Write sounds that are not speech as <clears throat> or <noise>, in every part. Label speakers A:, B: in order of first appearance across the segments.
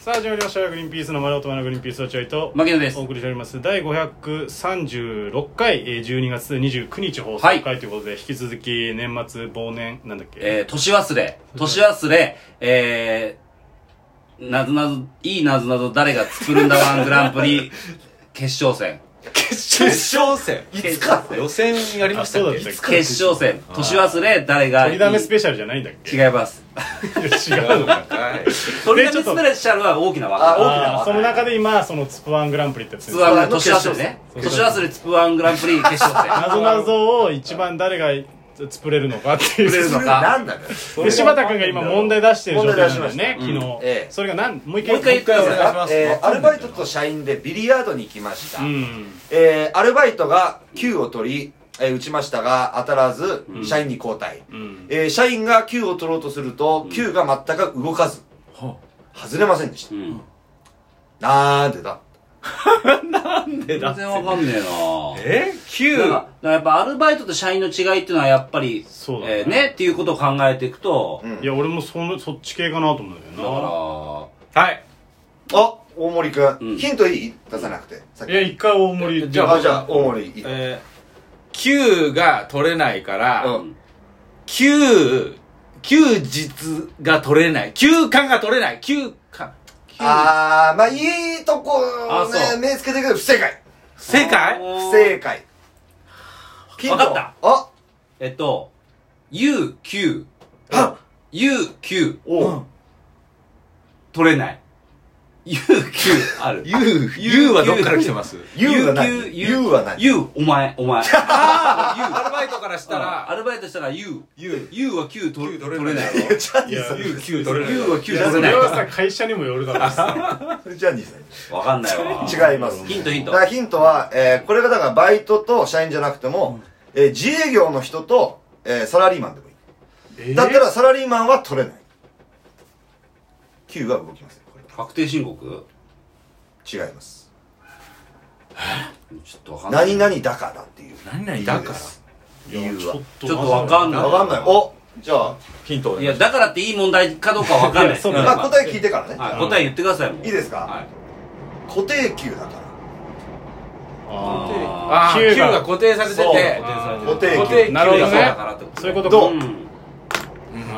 A: さあ始まりましたグリーンピースの丸尾と丸のグリーンピース落合と
B: 牧野です
A: お送りしております第536回えー12月29日放送
B: はい
A: 回ということで、引き続き年末忘年なんだっけ、
B: えー、年忘れ。年忘れ、えー、なぞなぞ、いいなぞなぞ誰が作るんだワング <laughs> ランプリ、決勝戦。
C: 決勝戦
B: いつか
C: 予選やりました
A: あそ
C: っ
A: うだ
C: け
A: ったっけ
C: いつか
B: 決勝戦。年忘れ、誰がい
A: 取
B: い。
A: りだめスペシャルじゃないんだっけ
B: 違います。
A: 違う
C: 違う
A: の
C: の
A: か
C: かはい
B: 取りだめスペシャルは大きな
C: あ大き
B: 枠。
C: な
A: あーその中で今そのツプワングランプリってやつ
B: つぶあんの年忘れね。
A: そう
B: 年忘れつぶあんグランプリ決勝戦。
A: <laughs> なぞなぞを一番誰が作れるのかっていう
B: 作れるの
C: それ何なのよ
A: で柴田君が今問題出してる状態なんだよね昨
B: 問題出しました
A: 日、
C: ええ
A: それがなんもう一
B: もう一回言ってくだ
C: お願いし
B: さ
C: ます
D: えーアルバイトと社員でビリヤードに行きました、
A: うん
D: えーアルバイトが9を取り、えー打ちましたが当たらず社員に交代、
A: うん
D: えー社員が9を取ろうとすると9が全く動かず、外れませんでした、
B: い。うん。
D: なんでだ
B: 全然わかんねえな
C: え
B: なんかだ
C: 9
B: からやっぱアルバイトと社員の違いっていうのはやっぱり、
A: そうだね
B: えーねっていうことを考えていくと、
D: うん
A: いや俺もそのそっち系かなと思うんだ
B: だ
A: よな
B: か
C: はい
D: あ大森君、
B: うん
D: ヒントいい出さなくてさっき
A: いや一回大盛り
C: じゃ
D: あじゃあ大森いい、
C: えー9が取れないから
D: うん
C: 9休日が取れない休間が取れない休間
D: あーまあいいとこ
B: あそ
D: ね
B: う
D: 目つけてるけど不正解
C: 正
B: ら、
C: 解
D: 不正解ヒント
B: わかった
D: あ
B: えっと、UQ、
D: あ
B: UQ、
D: おう
B: 取れない。UQ、ある。
C: U U はどっから来てます
D: U は何 U は何
B: ?U、お前、お
D: <laughs>
B: 前。
C: アルバイトからし
B: だから、ア
C: ら
B: ルバイトしたら U。
C: U
B: U は Q 取れ
C: Q
B: 取
C: 取
B: れ
C: れ
B: ない
C: ない
B: だ
C: い
B: ろ。
D: <laughs> ジャニーさん
A: いや
C: U 取れない
B: U は Q
A: いや
B: 取
A: そ
B: れ
A: れ
B: ない。
A: はさ会社にもよるだろうしさ
D: ジャニーさん
B: わかんないわ。
D: 違います
B: ヒントヒン
D: だ
B: ト
D: か。らヒントは、えーこれがだからバイトと社員じゃなくても、えー自営業の人と、えーサラリーマンでもいい。
A: え
D: だったらサラリーマンは取れない。Q が動きません。これ
B: 確定申告
D: 違います。
B: ちょっとわかんない。
D: 何々だからっていう。
C: 何々
D: 理由
C: だから
D: です
A: いやちょっと
B: ちょっとわかんない。
D: わかんない。おじゃあ、
C: ヒント
B: いや、だからっていい問題かどうかわかん
A: いや
B: な
D: <laughs>
B: い。
A: そうだ
D: まあ、
B: はい
D: 答え聞いてからね。
B: はい答え言ってくださいもん。
D: いいですか、
C: はい
D: 固定給だから。
A: あ
C: ああ、
A: Q が
C: Q が固定されてて
D: そう
C: 固
D: 定給
C: 固定給
A: なるほどね
C: そうだからってこ
A: ー
C: と
A: そういうこと
D: どう
B: うん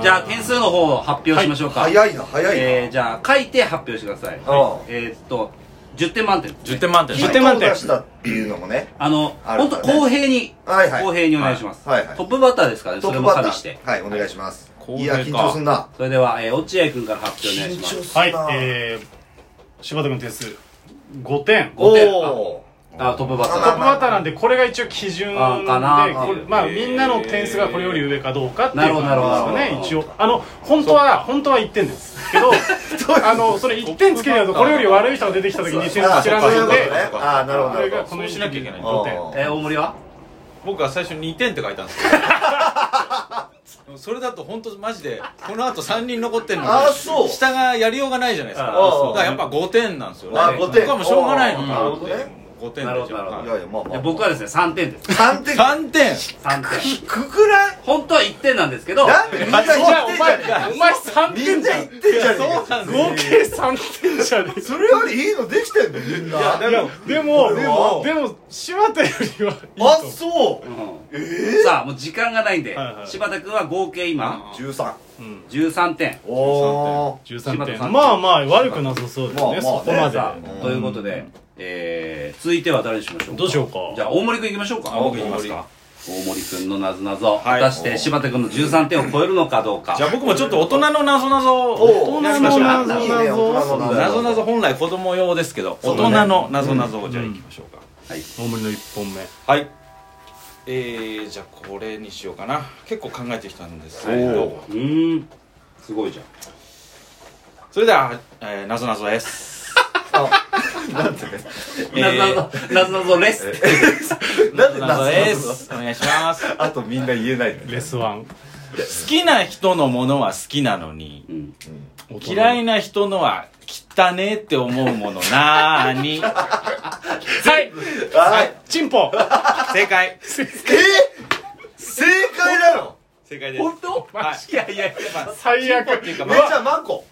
B: じゃあ点数の方を発表しましょうか。
D: 早いな、早いな。
B: えー、じゃあ書いて発表してください。
D: ああ
B: えー、っと、10点満点です、ね。
C: 10点満点
D: ヒントを出したっていうのもね。
B: あの、
D: ある
B: 本
D: か
B: 当
D: らね
B: 公平に、
D: はいはい
B: 公平にお願いします、
D: はいはい
B: トップバッターですからね、
D: ト
B: そ
D: ッ
B: れ
D: プ
B: も
D: バッ
B: 加
D: タ
B: 味して
D: ー。。はい、お願いします。
C: 公
D: い
C: 平
D: や、
C: か
D: 緊張すんな。
B: それでは、えー、落合くんから発表お願いします。
D: す
A: はいえー、柴田君点数5点
B: 5点
D: おー。
B: あ、トップバッタ
A: ト
B: ー。
A: ップバッターなんでこれが一応基準で
B: あかな
A: これまあみんなの点数がこれより上かどうかっていう
B: なるほど
A: 感じ
B: な
A: で
B: るほど
A: すよね一応あの本当は本当は1点ですけどあのそれ1点つけるとこれより悪い人が出てきた時に点数
D: ああ、
A: 知
D: そう
A: ら
D: いう
A: ない
D: こと
A: ん
D: ね
A: で。
D: ああ、なるほど
A: こ
D: な
A: れ
D: る
A: が
D: ほ
A: この
C: そうしなきゃいけない
A: 5点
D: ど。
B: えー、大森は
C: 僕は最初2点って書いたんです <laughs> けどそれだと本当マジでこの後3人残ってんのに
D: あーそう
C: 下がやりようがないじゃないですか
A: あ
D: ーそう
C: だからやっぱ5点なんですよね
D: あー5点
C: 僕はもうしょうがないのかな
D: おーなる
C: 5点
B: なるほ
C: で
B: どなるほ
D: い
B: ど
D: やいや、まあま
B: え
D: あ。
B: 僕はですね、3点です。
D: 3点
C: 3点
B: 3点。
D: <laughs> 低くない
B: 本当は1点なんですけど、
D: なんでみんな言
A: じゃあ
D: っ
A: お
D: てんじゃ
A: 前
D: ねえ
A: お前3
D: み
A: 点
D: ん
A: じ
D: な
A: ゃ
D: 言
A: ん
D: ってんじゃねえか
C: なんです
A: 合計3点じゃねえ
D: それよりいいのできてんのみんな
C: やだから
A: でも
D: でも
A: でも柴田よりはいいと
D: あ
A: 思う
D: そううん
B: さあ、もう時間がないんで、
A: はいはい
B: 柴田くんは合計今、
D: 13
B: 13点。
D: おお
A: 13
B: 柴田さ
A: 点
B: ん
A: まあまあ悪くなさそうですね、
D: まあまあ
A: そこまで
B: さあ、ということで、えー、続いては誰にしましょうか
A: どうしようか
B: じゃあ、大森くん行きましょうか。
C: あ僕行きますか
B: 大森くんのなぞなぞ、
C: はい
B: 果たして柴田くんの13点を超えるのかどうか
C: じゃあ僕もちょっと大人のなぞなぞ
D: お
C: を
D: ー
C: やりましょう
A: 大人の
D: いいね大人の
C: なぞなぞ
D: 謎
C: 本来子供用ですけど
D: そ
C: 大
D: うだ
C: 人
D: ね
C: のなぞなぞをじゃあいきましょうか
B: はい
A: 大森の1本目
C: はいえー、じゃあこれにしようかな結構考えてきたんですけ
D: お
C: ど
B: うーんすごいじゃん
C: それでは、えー、なぞなぞです
D: なんてね
C: え
B: なぞな
C: ー
B: ぞなぞなぞレッスン
D: なんで
C: なぞなぞで
D: 謎
C: すお願いします好
D: あとみんな言えない
A: レスワン
C: きな人のものは好きなのに
B: うん
C: 嫌
A: い
C: いな人のは汚ねえって思うものなーにはい
D: はい
A: チンポ
C: 正解
D: え正解なの
C: 正解です
B: 本当
C: はい
B: いやいやいや
A: 最悪
C: っていうか
D: え
C: ま
D: じゃ
C: あ
D: あマンコ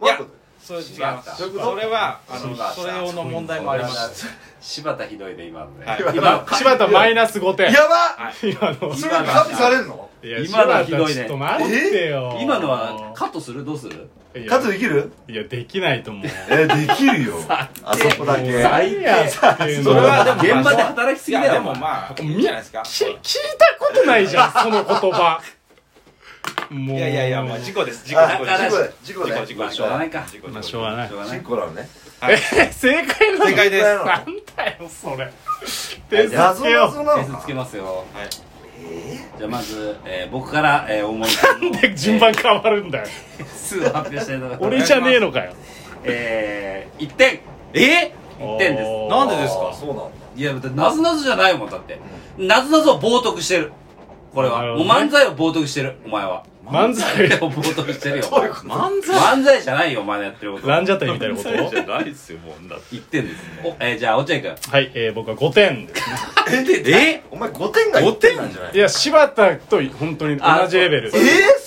C: い
D: マン
C: や
D: コ
C: それ違います
B: そ
C: そう
B: いうこと
C: れはあ
B: そうい
C: の
B: うこと
C: それ用の問題もあります
B: 柴田ひどいで今のね、
C: はい
B: 今
A: 柴田マイナス5点
D: やば
C: はい
A: 今の
D: それ加味されんの
A: いや
B: 今のはひどいね
A: 柴田ちょっと待ってよ
B: 今のはカットするどうする
A: いや
D: カットできる
A: いやできないと思う
D: えできるよあそこだけ
B: さ
A: 最悪っていうの
C: それはでも
B: 現場で働きす
C: い
B: ぎだ
C: や
B: よ
C: でもまあいいんじゃないですか
A: き聞いたことないじゃんその言葉もう
C: い
A: い
C: やいやいやもう事故です事故
D: あ
C: 事
D: 事
C: 故
D: 故
C: です
D: だ事故だ
B: ま
C: 事故
B: あし
C: 事
B: ょう
C: 故
B: がないか
C: 事故
A: まあしょうがない
B: しょうがな
D: 事
B: い
D: 故なのね
A: え正解なの
C: 正解です
A: な
D: 正解
A: んだよそれ <laughs> 手
D: なの謎
A: 助けよ
D: 謎な
B: 点
D: の
B: 数つ
D: か
B: けますよ
C: はい
B: じゃあまず、えー僕から、えー、思い
A: なん <laughs> で順番変わるんだよ
B: 数を発表したいと思います
A: 俺じゃねえのかよ
B: えー、1点
C: え
B: 1点です
A: おー
C: なんでですか
D: あそうなんだ
B: いや、だってなぞなぞじゃないもん、だって。なぞなぞを冒涜してる。これ
A: なる
B: は。
A: ほ
B: も
A: ど
B: う
A: ね
B: 漫才を冒涜してる、お前は。
A: 漫才
B: を <laughs> 冒涜してるよ。
C: 漫
B: 漫才じゃないよ、お前のやってること。
A: ランジャタイみたいなこと
C: じゃないですよもうだって
B: 言ってんです。お、えー、じゃあ、落合くん。
A: はい、えー、僕は5点ですね
C: え
D: お前5点が1点なんじゃない
A: いや柴田と本当に同じレベル
D: え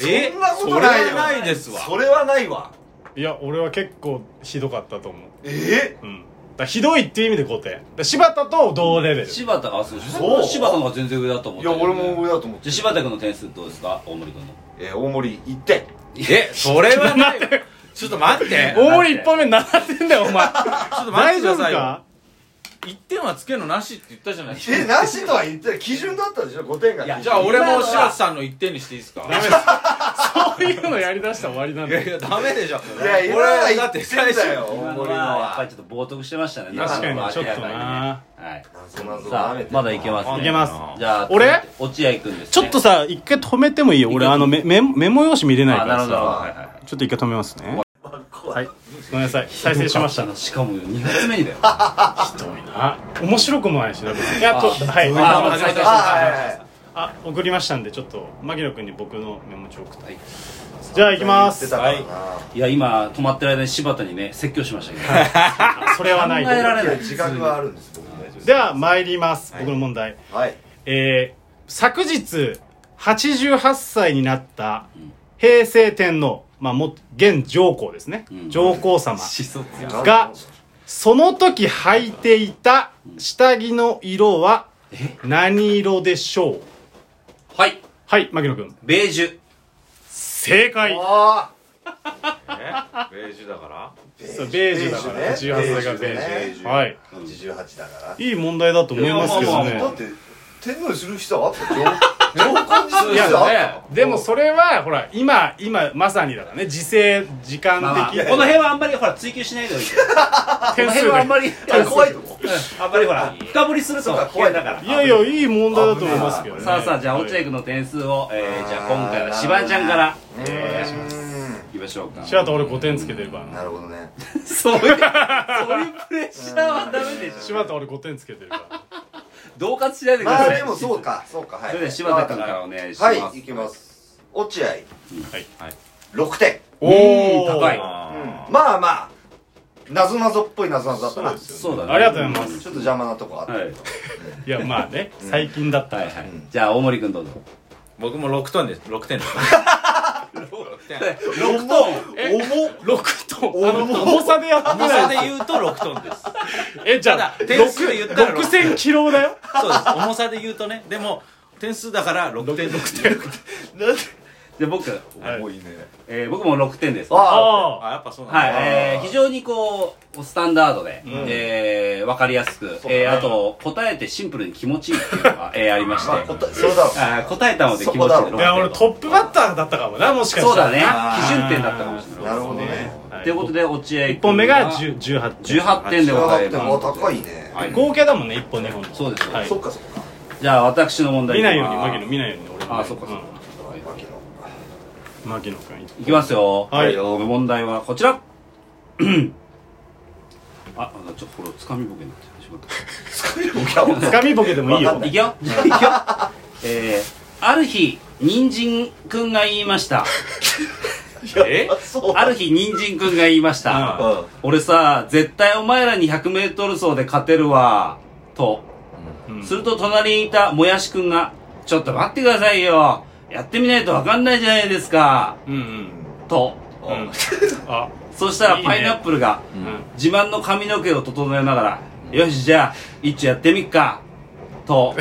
C: え
D: ーそんなこ
C: そ
D: と
C: れ
D: な
C: は
D: いよ
C: ないですわ
D: それはないわ
A: いや俺は結構ひどかったと思う
D: え
A: うんだからひどいっていう意味で5点だから柴田と同レベル
B: 柴田が、あそう、
D: そう
B: 柴田の方が全然上だと思
D: ー
B: っ
D: い
B: て
D: や
B: る
D: 俺も上だと思っ
B: じゃ
D: て
B: あ、柴田くんの点数どうですか大森くんの。
D: えー大森1点
C: えそれはないわ <laughs> ちょっと待って
A: 大森1本目7点だよお前
C: ちょっと待っ
A: 大
C: てく
A: 丈夫
C: ださいよ
A: か
C: 一点はつけるのなしって言ったじゃないです
D: え
C: か
D: なしとは言ってない基準だったでしょ5点が
B: いや
C: じゃあ俺も柴田さんの一点にしていいですか
A: ダメですそういうのやりだしたら終わりなん
C: い
A: だ
C: や
A: よ
C: <laughs> いやダメでしょ
D: いや今は
C: 俺だ
D: 言
C: っ
D: ってて
C: 最
D: ん
C: 初
D: だよ大
B: 今の
D: 森
B: は、
D: の
B: やっぱり
D: は
B: ちょっと冒涜してましたね。
A: 確かに
B: 今のは
A: ちょっとな
B: 明らかにねはい。
D: 謎
B: さ
D: 々だね
B: あ、まだいけますね。
A: いけます
B: じゃあ、
A: 俺
B: 落合くんです、ね。
A: ちょっとさ一回止めてもいいよ俺あのメメメモ用紙見れない
B: あ、
A: か
B: なる
A: ら
B: ほど。
A: さ
B: はいはいはい。
A: ちょっと一回止めますね
D: 怖い
A: ごめんなさい再生しました
B: しかも2発目にだよ。
A: あ面白くもないしな別にいやとはい
B: あ
A: あ
B: はい
D: あ
A: あ送りましたんでちょっと牧野君に僕のメモ帳送って
B: はい
A: じゃあ行きます
D: はいはい
B: いや今止まってる間に柴田にね説教しましたけど <laughs>
A: あそれはない
B: 考えられ
D: いや自覚はあるんです僕も
A: では参ります、僕の問題
D: はい
A: えー、昨日88歳になった平成天皇まあも現上皇ですね、
B: うん
A: 上皇様
B: 思想強い
A: がその時履いていた下着の色は何色でしょう
B: はい
A: はい牧野君
B: ベージュ
A: 正解
D: あ
C: ベージュだから
D: ー
A: そうベージュだから
D: ベね
A: 88歳がベージュ
D: ベジュ
A: はい
D: 88だから
A: いい問題だと思いますけど
B: いや
A: ね
D: だって天皇にする必要あったよ上皇にする
C: い
D: 必要あった
C: や
D: の
A: でもそれはほら今今まさにだからね時勢時間
B: まあまあこ
A: 的
B: の辺はあんまりほら追求しないでほ
D: <laughs>
B: しいこの
A: 点数
B: 辺はあんまり
D: あ怖いとこ
B: うんあんまりほら深掘りすると
D: そうか
B: 怖いだから
A: いやいやいい問題だと思いますけどね
B: さあさあじゃあ落合
A: はい
B: 君の点数をえーじゃあ今回は柴ちゃんから
D: う
B: お願いしま
D: ーん
B: いきましょうか
A: 白田俺5点つけてるから
D: な
A: な
D: るほどね
B: そういうそういうプレッシャーはダメでしょ
A: 柴田俺5点つけてるから
B: 同喝しないでくだ
D: ま
B: さい
D: あでもそうかそうかはい
B: それでは柴田君からお願いします
D: はい行きます落合
A: はい
D: 6点
B: おー高い
C: あ
D: まあまあ謎謎っぽい謎謎だったな
A: そうで
D: ち
A: す
D: ょっ
B: そうだね
A: ありがとうございます
D: と邪魔なとこあった、
B: はい
A: いやまあね最近だった
B: は
A: か
B: い
A: ら
B: はい、じゃあ大森君どうぞ
C: 僕も6点です6点です <laughs> 点
B: 6トン
A: え6トンあの重さでやって
C: 重さ
A: な
C: で
A: い
C: 言うと6トンですそうで
A: えじゃあ
C: ただ点数で言ったら六
A: 6000キロだよ
C: す重さで言うとねでも点数だから6点6点
B: じゃあ僕、
A: はい
D: 多いね
B: えー、僕も6点ですは
D: あ
A: あ
C: あやっぱそうなんだ
B: い、えー、非常にこうスタンダードで、えー、分かりやすく、えー、あと答えてシンプルに気持ちいいっていうのが、えー、ありまし
D: あ、
B: て
D: まあ、答えそれだろう
B: あー答えたので気持ちいい
D: そこだろう
A: あいや俺トップバッターだったかもなもしかしたら
B: そうだね
D: あー
B: 基準点だったかもしれな
D: ないるほどね
A: はい
B: ということで落合君
A: 1本目が10 18点
B: 18点でござい
D: 18点も
B: ます
D: 高いね、
B: はい
A: 合計だもんね1本2本と
B: そうですよ
A: はい
D: そっかそっか
B: じゃあ私の問題
A: 見ないように
B: いきます
A: 牧野見ないように俺も
B: あーそっかそっか、
D: わけの
A: うん牧野君
B: いきますよ。
A: はい
B: 問題はこちら。 <clears throat> あ、あのちょっとこれ掴みボケになってしまっ
D: 僕はもう
A: つかみボケでもいい
D: わか
A: よ
D: ん
B: た。
D: ない
B: くよ。いくよ。 <laughs> えー、ある日、人参くんが言いました。
C: え
D: あそう
B: ある日、人参くんが言いました。
D: うんうん
B: 俺さ、絶対お前らに100メートル走で勝てるわ。と。
A: うん
B: すると隣にいたもやしくんが、ちょっと待ってくださいよ。やってみないとわかんないじゃないですか。
A: うんうん
B: と
A: うんあ
B: そした
A: い
B: ら
A: いね
B: パイナップルが
A: うん
B: 自慢の髪の毛を整えながら、よし、じゃあ、一丁やってみっか。
A: <laughs>
B: と、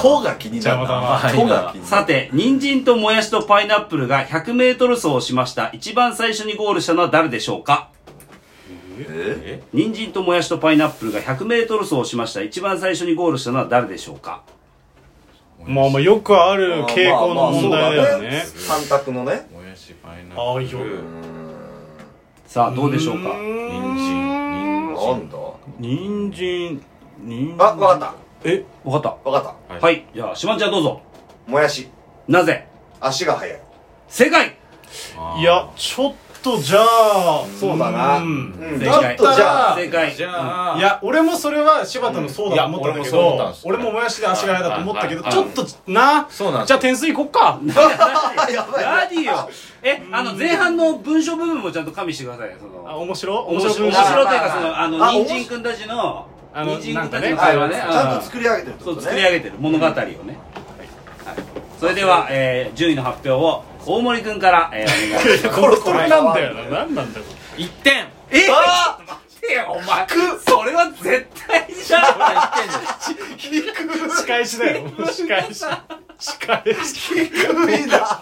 D: 塔が気にな
A: 邪
D: る
A: 魔
D: な
C: だな
D: 塔が気に
B: <laughs>
D: な
B: さ
D: る
B: て、人参ともやしとパイナップルが100メートル走をしました。一番最初にゴールしたのは誰でしょうか
D: え
C: え
B: 人参ともやしとパイナップルが100メートル走をしました。一番最初にゴールしたのは誰でしょうか
A: まあまあよくある傾向の問題だよ
D: まあまあ
A: ね
D: そうだ三択のね
C: もやしパイナ
A: ああい
C: ッ
A: い
C: プ
A: よ
C: ル
B: さあ、どうでしょうか
C: 人参人
D: なんだ
A: 人参人参
D: あわかっ
A: え
B: わかった
D: わかった
C: 参
B: た。はい。じゃあ、しまんちゃんどうぞ。
D: もやし
B: なぜ
D: 足が速い
B: 正解
C: あー
A: いやちょっとじゃあ
D: そうだな
A: う
D: うんん
B: 正
D: だっ
B: 解
D: とじゃあ
B: 正解
C: じゃあ
A: いや俺もそれは柴田のそうだと思ったんだけ
C: いや俺もそう思ったん
A: ど
C: です
A: 俺ももやしで足が速いだと思ったけど
C: はい
A: ち
C: は
A: ょ
C: い
A: っとな
C: そうなんです
A: じゃあ
C: <laughs>
A: 点数いこっか
D: やばいやばい
B: <laughs> 何よえあの前半の文章部分もちゃんと加味してくださいよそ
A: あ
B: の
A: 面白
B: 面
A: 面
B: 白
A: 白
B: い面
A: 文章
B: 白いというかそのあの
D: あ
B: 人参くんたちの
A: あの
B: 人参くんたちの
A: なんかね
B: 会話ね
D: ち
B: うん
D: ゃんと作り上げてるって
B: そ
D: こ
B: う
D: と
B: 作り上
D: ね
B: げてる物語をねはいそれではえー順位の発表を大森くんからえーお願いします
A: これこれなんだよな何なんだよ
C: 一点
B: えーいやお前それは絶対じゃん
A: 仕返しだよ仕返し仕返し
D: 低いな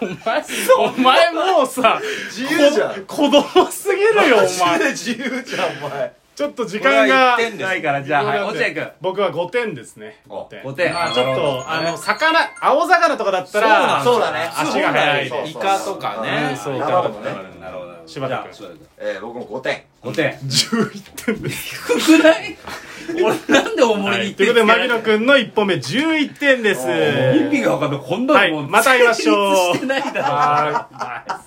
A: お前もうさ
D: 自由じゃん
A: こ子供すぎるよお前
D: 自由じゃんお前
A: <laughs> ちょっと時間が
C: これは一点です
B: ないからじゃあはい
A: 僕
B: 落合くん
A: 僕は5点ですね
D: お
B: 5点
A: まあちょっ
B: なるほ
A: とあの魚青魚とかだったら
C: そう
D: なんです
A: 足が速い
D: そう
A: で
C: イカとかね
A: うんそう
D: 生
A: か
D: もね
B: なるほど
A: 柴田君
B: じゃあ田君
D: えー僕も5点
B: 5点
A: 11点です
B: 低くない俺なんで大
A: は
B: 森に
A: い
B: 行っ
A: とい
B: て
A: うことで牧野くんの1本目11点です
D: おー
B: 意味が分かんないこんなのも
A: はいまた会いましょう
B: 成立してないだろ
A: はい